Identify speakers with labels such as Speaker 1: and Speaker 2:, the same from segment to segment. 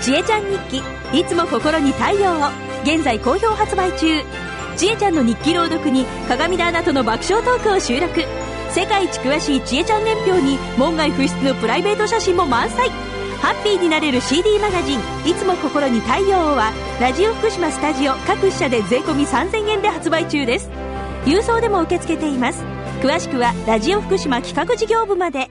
Speaker 1: ちえちゃん日記いつも心に太陽を現在好評発売中ちえちゃんの日記朗読に鏡田アナとの爆笑トークを収録世界一詳しいちえちゃん年表に門外不出のプライベート写真も満載ハッピーになれる CD マガジン「いつも心に太陽を」はラジオ福島スタジオ各社で税込3000円で発売中です郵送でも受け付けています詳しくはラジオ福島企画事業部まで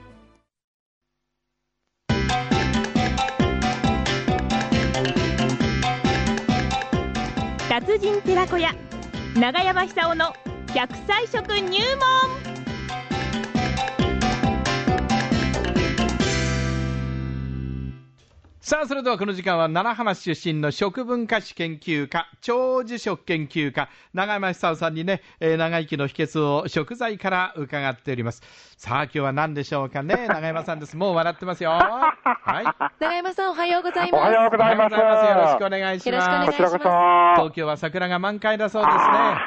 Speaker 2: 達人寺子屋長山久夫の百歳食入門
Speaker 3: さあ、それではこの時間は奈良浜市出身の食文化史研究家、長寿食研究家、長山久夫さんにね、えー長生きの秘訣を食材から伺っております。さあ、今日は何でしょうか ね、長山さんです。もう笑ってますよ。はい。
Speaker 4: 長山さんおはようござい
Speaker 5: お
Speaker 4: ます。
Speaker 5: はようございます。
Speaker 3: おはようございますよろしくお願いし
Speaker 4: よろしくお願
Speaker 3: ま
Speaker 4: いし
Speaker 3: す
Speaker 4: ま。す
Speaker 5: こちらこ
Speaker 3: 東京は桜が満開だそう
Speaker 5: そ。
Speaker 3: ですね。
Speaker 5: あ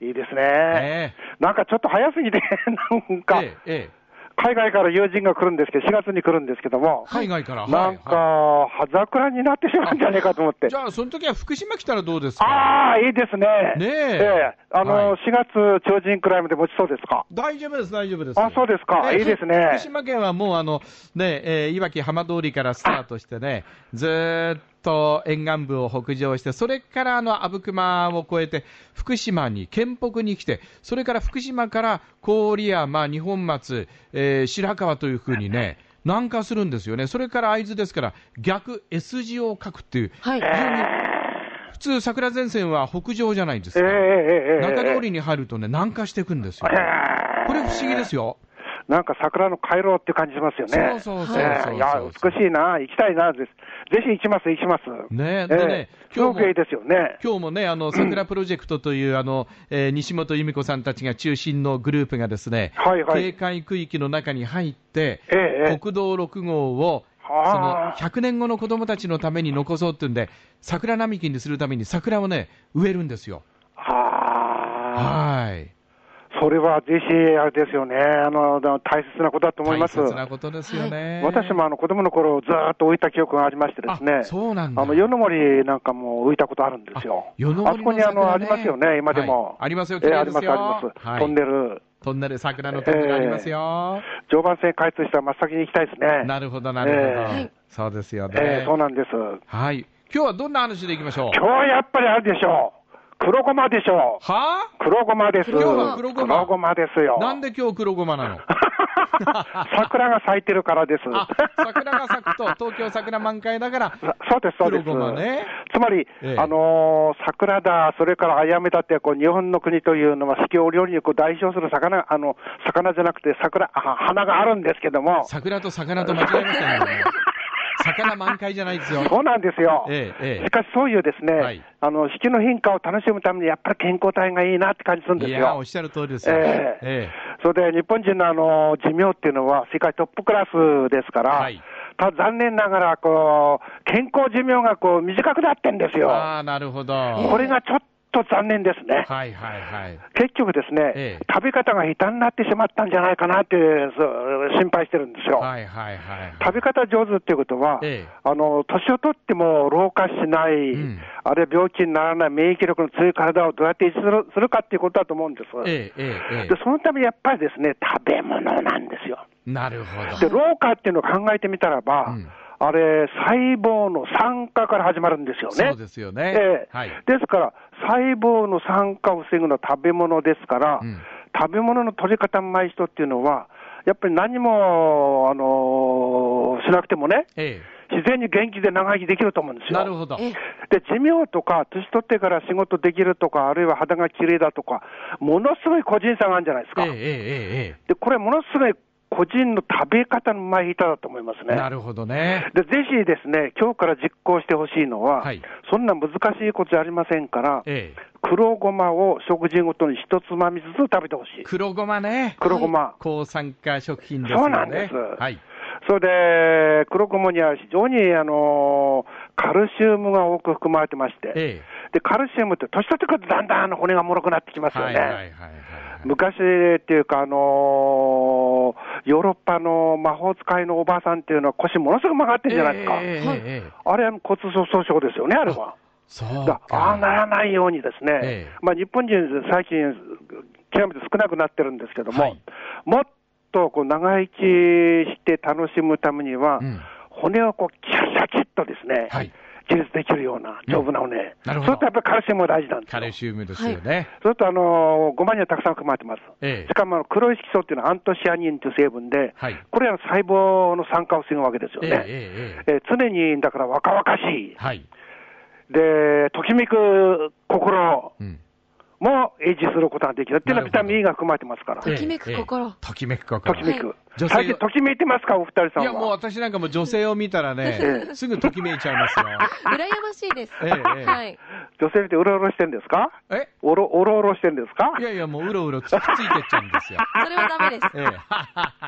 Speaker 5: ーいいですね、
Speaker 3: え
Speaker 5: なんかちょっと早すぎて、 なんか、
Speaker 3: ええええ
Speaker 5: 海外から友人が来るんですけど、4月に来るんですけども、
Speaker 3: 海外から。
Speaker 5: なんか、
Speaker 3: は
Speaker 5: 葉桜になってしまうんじゃねえかと思っ
Speaker 3: いは
Speaker 5: て
Speaker 3: いじ。ゃあ、その時は福島来たらどうですか
Speaker 5: ああ、いいですね。
Speaker 3: ねえ
Speaker 5: えあの、
Speaker 3: はい
Speaker 5: 4月超人くらいまで持ちそうですか。
Speaker 3: 大丈夫です、大丈夫です。
Speaker 5: あそうですか
Speaker 3: ええ
Speaker 5: いいですね
Speaker 3: 福島県はもう、あの、ね、えーいわき浜通りからスタートしてね、ずーっと沿岸部を北上して、それからあの、阿武隈を越えて、福島に、県北に来て、それから福島から郡山、二本松、えー白川というふうにね、南下するんですよね。それから会津ですから、逆 S 字を書くっていう、
Speaker 4: はい。
Speaker 3: 普通桜前線は北上じゃないです
Speaker 5: ええ
Speaker 3: か。
Speaker 5: ええええ
Speaker 3: 中通
Speaker 5: え
Speaker 3: りに入るとね、南下していくんですよ。
Speaker 5: え
Speaker 3: これ不思議ですよ。
Speaker 5: なんか桜の回廊って感じしますよね。
Speaker 3: そうそうそうそうそう
Speaker 5: ええいや、美しいな、行きたいな、です。ぜひ行きます、行きます。
Speaker 3: ね
Speaker 5: え
Speaker 3: でね
Speaker 5: えすご
Speaker 3: 今日
Speaker 5: く
Speaker 3: も
Speaker 5: いいですよね。
Speaker 3: 今日もね、あの、桜プロジェクトという、あの、えー西本由美子さんたちが中心のグループがですね、
Speaker 5: はいはい
Speaker 3: 警戒区域の中に入って、
Speaker 5: ええええ
Speaker 3: 国道6号を、その
Speaker 5: はあ
Speaker 3: 100年後の子供たちのために残そうっていうんで、桜並木にするために桜をね、植えるんですよ。
Speaker 5: はあ、
Speaker 3: はい。
Speaker 5: それはぜひ、あれですよね、あの大切なことだと思います。
Speaker 3: 大切なことですよね。
Speaker 5: 私もあの子供の頃ずーっと浮いた記憶がありましてですね、
Speaker 3: あそうなんだ
Speaker 5: あの夜の森なんかも浮いたことあるんですよ。
Speaker 3: あ夜の森の
Speaker 5: あそこにあの
Speaker 3: 桜
Speaker 5: あ
Speaker 3: ね
Speaker 5: りますよね、今で
Speaker 3: はい
Speaker 5: も。
Speaker 3: ありますよ
Speaker 5: ええ
Speaker 3: 綺麗
Speaker 5: あ
Speaker 3: で
Speaker 5: り
Speaker 3: す
Speaker 5: ま
Speaker 3: よ
Speaker 5: す、あります。
Speaker 3: はい
Speaker 5: トンネル、
Speaker 3: トンネル、桜のトンネルありますよ。
Speaker 5: 常磐線開通した真っ先に行きたいですね。
Speaker 3: なるほど、なるほど。
Speaker 5: ええ
Speaker 3: そうですよね。
Speaker 5: ええそうなんです。
Speaker 3: はい。今日はどんな話でいきましょう
Speaker 5: 今日はやっぱりあれでしょう。黒ごまでしょう。
Speaker 3: は
Speaker 5: 黒ごまです。
Speaker 4: 今日は
Speaker 3: 黒ごま
Speaker 5: 黒ごまですよ
Speaker 3: あ。なんで今日黒ごまなの
Speaker 5: 桜が咲いてるからです。
Speaker 3: あ、桜が咲くと、東京桜満開だから、
Speaker 5: そそうです、そうです。
Speaker 3: 黒ごまね
Speaker 5: つまり、
Speaker 3: ええ
Speaker 5: あのー桜だ、それからあやめだって、こう日本の国というのは四季折々にこう代表する魚、あの魚じゃなくて桜あ、花があるんですけども、
Speaker 3: 桜と魚と間違えましたよね。魚満開じゃないですよ。
Speaker 5: そうなんですよ。
Speaker 3: ええええ
Speaker 5: しかし、そういうですね、
Speaker 3: はい
Speaker 5: あの四季の変化を楽しむために、やっぱり健康体がいいなって感じするんです
Speaker 3: い
Speaker 5: よ。
Speaker 3: や、おっしゃる通りですよ。
Speaker 5: え
Speaker 3: え
Speaker 5: えそれで日本人のあの寿命っていうのは世界トップクラスですから、
Speaker 3: はい
Speaker 5: ただ残念ながらこう、健康寿命がこう短くなってんです
Speaker 3: え
Speaker 5: よ。
Speaker 3: ああ、なるほど。は
Speaker 5: これがちょっと残念ですね
Speaker 3: い。はいはい。
Speaker 5: 結局ですね、
Speaker 3: ええ
Speaker 5: 食べ方が下手になってしまったんじゃないかなってそう心配してるんですよ。
Speaker 3: はいはいはい。
Speaker 5: 食べ方上手っていうことは、
Speaker 3: ええ
Speaker 5: あの年を取っても老化しない、
Speaker 3: ん
Speaker 5: あるいは病気にならない免疫力の強い体をどうやって維持するするかっていうことだと思うんです。
Speaker 3: えええええ
Speaker 5: でそのためやっぱりですね、食べ物なんですよ。
Speaker 3: えなるほ
Speaker 5: で、
Speaker 3: ど。
Speaker 5: 老化っていうのを考えてみたらば、
Speaker 3: うん
Speaker 5: あれ、細胞の酸化から始まるんですよね。
Speaker 3: そうですよね
Speaker 5: ええ。
Speaker 3: はい。
Speaker 5: ですから、細胞の酸化を防ぐのは食べ物ですから、
Speaker 3: うん
Speaker 5: 食べ物の取り方うまい人っていうのは、やっぱり何も、あのーしなくてもね、
Speaker 3: え
Speaker 5: 自然に元気で長生きできると思うんです
Speaker 3: え。
Speaker 5: よ。
Speaker 3: なるほど。
Speaker 4: え
Speaker 5: で寿命とか、年取ってから仕事できるとか、あるいは肌が綺麗だとか、ものすごい個人差があるんじゃないです
Speaker 3: え
Speaker 5: か。
Speaker 3: ええええ
Speaker 5: で、これ、ものすごい個人の食べ方の前下手だと思います
Speaker 3: えええ。な
Speaker 5: ね。
Speaker 3: るほどね。
Speaker 5: で、ぜひですね、今日から実行してほしいのは、
Speaker 3: はい
Speaker 5: そんな難しいことじゃありませんから、
Speaker 3: ええ。
Speaker 5: 黒ごまを食事ごとに一つまみずつ食べてほしい。
Speaker 3: 黒ごまね。
Speaker 5: 黒ごま。
Speaker 3: 抗酸化食品ですよね。
Speaker 5: そうなんです
Speaker 3: はい。
Speaker 5: それで、黒ごまには非常に、あのーカルシウムが多く含まれてまして、
Speaker 3: ええ。
Speaker 5: で、カルシウムって、年取ってくるとだんだん骨が脆くなってきますよ
Speaker 3: は
Speaker 5: ね。
Speaker 3: いはいはいはいはい。
Speaker 5: 昔っていうか、あのーヨーロッパの魔法使いのおばあさんっていうのは腰ものすごく曲がってるじゃないですか。
Speaker 3: ええええええ
Speaker 5: あれは骨粗鬆症ですよね、あれは。
Speaker 3: そう
Speaker 5: だ
Speaker 3: か。
Speaker 5: ああならないようにですね、
Speaker 3: ええ
Speaker 5: まあ、日本人、最近、極めて少なくなってるんですけども、
Speaker 3: はい
Speaker 5: もっとこう長生きして楽しむためには、
Speaker 3: うん
Speaker 5: 骨をこうキャキャキッとですね、
Speaker 3: はい
Speaker 5: 自立できるような丈夫な骨、
Speaker 3: なるほど
Speaker 5: それとやっぱりカルシウムが大事なんです
Speaker 3: カ
Speaker 5: よ。
Speaker 3: ルシウムですよね。
Speaker 5: それと、あのーごまにはたくさん含まれてます。
Speaker 3: ええ
Speaker 5: しかもあの黒い色素っていうのはアントシアニンという成分で、
Speaker 3: はい
Speaker 5: これは細胞の酸化を防ぐわけですよ
Speaker 3: ええ
Speaker 5: ね。
Speaker 3: えええ
Speaker 5: えー常にだから若々しい
Speaker 3: え、はい。
Speaker 5: で、ときめく心
Speaker 3: うん
Speaker 5: も維持することができるっていうのはビタミン E が含まれてますから、
Speaker 3: ええ
Speaker 5: と
Speaker 4: ときめく心
Speaker 3: ええときめく心。
Speaker 5: きめく、
Speaker 4: はい
Speaker 3: 女性
Speaker 5: 最近、ときめいてますか、お二人さんは。
Speaker 3: いや、もう私なんかもう女性を見たら
Speaker 5: え
Speaker 3: ね、
Speaker 5: え
Speaker 3: すぐときめいちゃいますよ。
Speaker 4: 羨ましいです。
Speaker 3: ええええ
Speaker 4: はい。
Speaker 5: 女性ってうろうろしてるんですか
Speaker 3: え
Speaker 5: おろおろおろしてるんですか
Speaker 3: いやいや、もううろうろつっついてっちゃうんですよ。
Speaker 4: それはダメです。
Speaker 3: ええ、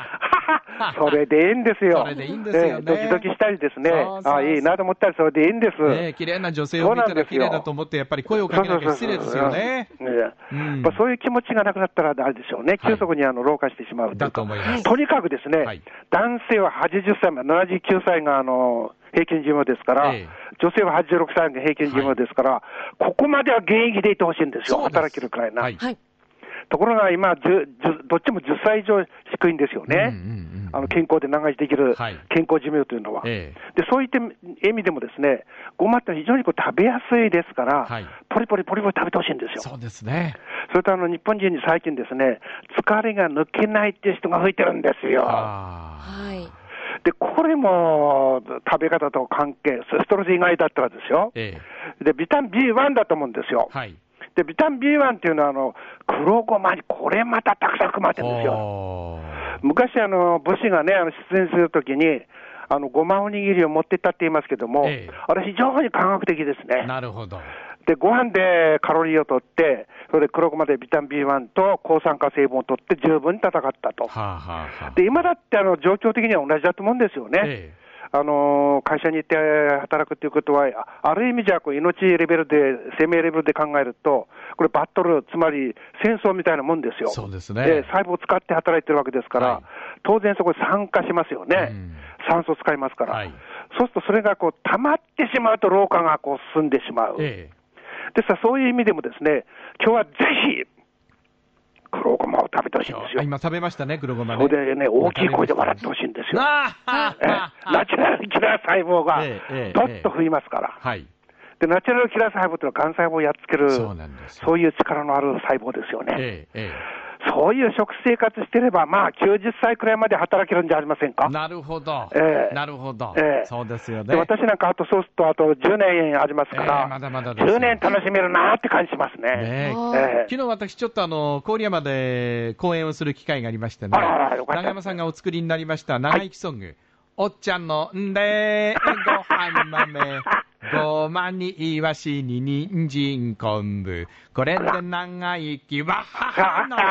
Speaker 5: それでいいんですよ。
Speaker 3: それでいいんですよね
Speaker 5: ええドキドキしたりですね、
Speaker 3: そうそうそう
Speaker 5: あいいなと思ったり、それでいいんです。
Speaker 3: ねえ綺麗な女性を見たら綺麗だと思って、やっぱり声をかけなきゃ失礼ですよね。
Speaker 5: そうそうそうそう
Speaker 3: うん
Speaker 5: ねまあそういう気持ちがなくなったらあれでしょう
Speaker 3: は
Speaker 5: ね、
Speaker 3: い
Speaker 5: 急速にあの老化してしまうとい
Speaker 3: だ
Speaker 5: うか
Speaker 3: と思います。
Speaker 5: とにかくですね、
Speaker 3: はい
Speaker 5: 男性は80歳まで、79歳があの平均寿命ですから、
Speaker 3: ええ
Speaker 5: 女性は86歳が平均寿命ですから、ここまでは現役でいてほしいんですよ、
Speaker 3: そうです
Speaker 5: 働けるくらいな。
Speaker 3: はい。
Speaker 4: はい。
Speaker 5: ところが今じゅじゅどっちも10歳以上低いんですよね、
Speaker 3: うんうんうん
Speaker 5: あの健康で長生きできる
Speaker 3: はい
Speaker 5: 健康寿命というのは。
Speaker 3: え
Speaker 5: でそういった意味でも、ですねごまって非常にこう食べやすいですから、
Speaker 3: はい
Speaker 5: ポリポリポリポリ食べてほしいんですよ。
Speaker 3: そうですね。
Speaker 5: それとあの日本人に最近ですね、疲れが抜けないっていう人が増えてるんですよ。
Speaker 3: あ
Speaker 4: はい。
Speaker 5: で、これも食べ方と関係、ストレス以外だったらですよ
Speaker 3: ー。ええ
Speaker 5: で、ビタミン B1 だと思うんですよ。
Speaker 3: はい。
Speaker 5: で、ビタミン B1 っていうのは、あの、黒ごまにこれまたたくさん含まれてるんですよ。
Speaker 3: おー
Speaker 5: 昔、あの、武士がね、あの出演するときに、あの、ごまおにぎりを持ってったって言いますけども、
Speaker 3: ええ
Speaker 5: あれ非常に科学的ですね。
Speaker 3: なるほど。
Speaker 5: で、ご飯でカロリーを取って、それで黒ごまでビタミン B1 と抗酸化成分を取って十分に戦った
Speaker 3: は
Speaker 5: と。
Speaker 3: あ、はあはあ、
Speaker 5: で、今だってあの状況的には同じだと思うんですよね。
Speaker 3: え
Speaker 5: あの会社に行って働くということは、あある意味じゃこう命レベルで、生命レベルで考えると、これ、バトル、つまり戦争みたいなもんですよ、
Speaker 3: そうですね
Speaker 5: え細胞を使って働いてるわけですから、
Speaker 3: はい
Speaker 5: 当然そこで酸化しますよね、
Speaker 3: うん
Speaker 5: 酸素使いますから、
Speaker 3: はい
Speaker 5: そうするとそれがこう溜まってしまうと、老化がこう進んでしまう、
Speaker 3: ええ
Speaker 5: ですからそういう意味でも、ですね今日はぜひ、黒ごまを食べてほしいんです
Speaker 3: え
Speaker 5: よ。
Speaker 3: 今食べましたね、黒ごまね。
Speaker 5: それでね、大きい声で笑ってほしいんですよ。
Speaker 3: ああ
Speaker 5: えナチュラルキラー細胞が
Speaker 3: ええええ
Speaker 5: どっと増えますから、
Speaker 3: はい。
Speaker 5: で、ナチュラルキラー細胞というのは、がん細胞をやっつける
Speaker 3: そうなんですよ
Speaker 5: そういう力のある細胞ですよね、
Speaker 3: えええ
Speaker 5: そういう食生活してれば、まあ、90歳くらいまで働けるんじゃありません
Speaker 3: え
Speaker 5: か。
Speaker 3: なるほど。
Speaker 5: ええ
Speaker 3: なるほど、
Speaker 5: ええ
Speaker 3: そうですよね。
Speaker 5: で私なんか、あとそうすると、あと10年ありますか
Speaker 3: え
Speaker 5: ら、
Speaker 3: えまだまだですよ
Speaker 5: 10年楽しめるなって感じしますね。
Speaker 3: ねえ
Speaker 4: あ
Speaker 5: ええ
Speaker 3: 昨日私、ちょっとあの郡山で講演をする機会がありましてね、
Speaker 5: あらあらよかった
Speaker 3: 長山さんがお作りになりました長生きソング、おっちゃんのんでご飯豆、 ごまにいわしに人参昆布、これで長生き、わっはっはの。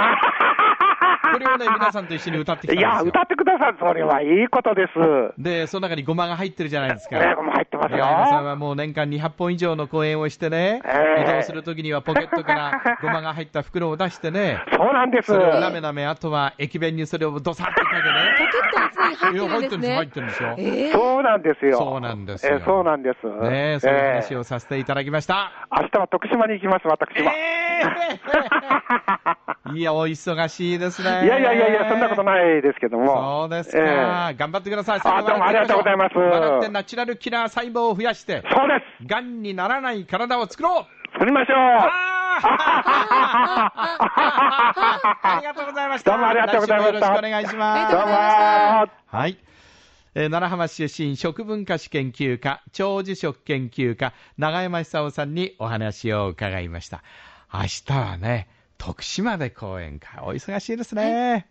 Speaker 3: これをね、皆さんと一緒に歌ってきたん
Speaker 5: い
Speaker 3: ですよ。
Speaker 5: や、歌ってください、それはいいことです。
Speaker 3: で、その中にごまが入ってるじゃないですか。
Speaker 5: ええごま入ってますよ
Speaker 3: 長山さんはもう年間200本以上の講演をしてね、
Speaker 5: ええ
Speaker 3: 移動するときにはポケットからごまが入った袋を出してね、
Speaker 5: そうなんです。
Speaker 3: それをなめなめ、あとは駅弁にそれをどさっとか
Speaker 4: ポケットに常
Speaker 3: け
Speaker 4: に
Speaker 3: ね。
Speaker 4: 入って
Speaker 3: 入ってる
Speaker 4: るんですね。
Speaker 3: んですよ、入ってるんですよ。
Speaker 4: ええ
Speaker 5: そうなんですよ。
Speaker 3: そうなんですよ
Speaker 5: ええそうなんです。
Speaker 3: ねえ、そういう
Speaker 5: ええ
Speaker 3: 話をさせていただきました。
Speaker 5: 明日は徳島に行きます、私は。
Speaker 3: ええいや、お忙しいですね。
Speaker 5: いやいやいやいや、そんなことないですけど
Speaker 3: そ
Speaker 5: も。
Speaker 3: うですか、
Speaker 5: ええ
Speaker 3: 頑張ってください。
Speaker 5: あどうもありがとうございます
Speaker 3: 笑ってナチュラルキラー細胞を増やして、
Speaker 5: そうです。
Speaker 3: がんにならない体を作ろう
Speaker 5: 作りましょう。
Speaker 3: ありがとうございました。
Speaker 5: どうもありがとうございました
Speaker 3: 来週もよろしくお願いし
Speaker 4: あ
Speaker 3: ま
Speaker 4: り
Speaker 5: ど
Speaker 4: がと
Speaker 5: うも
Speaker 4: う
Speaker 3: す。
Speaker 4: ございました
Speaker 5: ー。
Speaker 3: はい。えー、奈良浜市出身食文化史研究家、長寿食研究家、永山久夫さんにお話を伺いました。明日はね、徳島で講演会。お忙しいですね。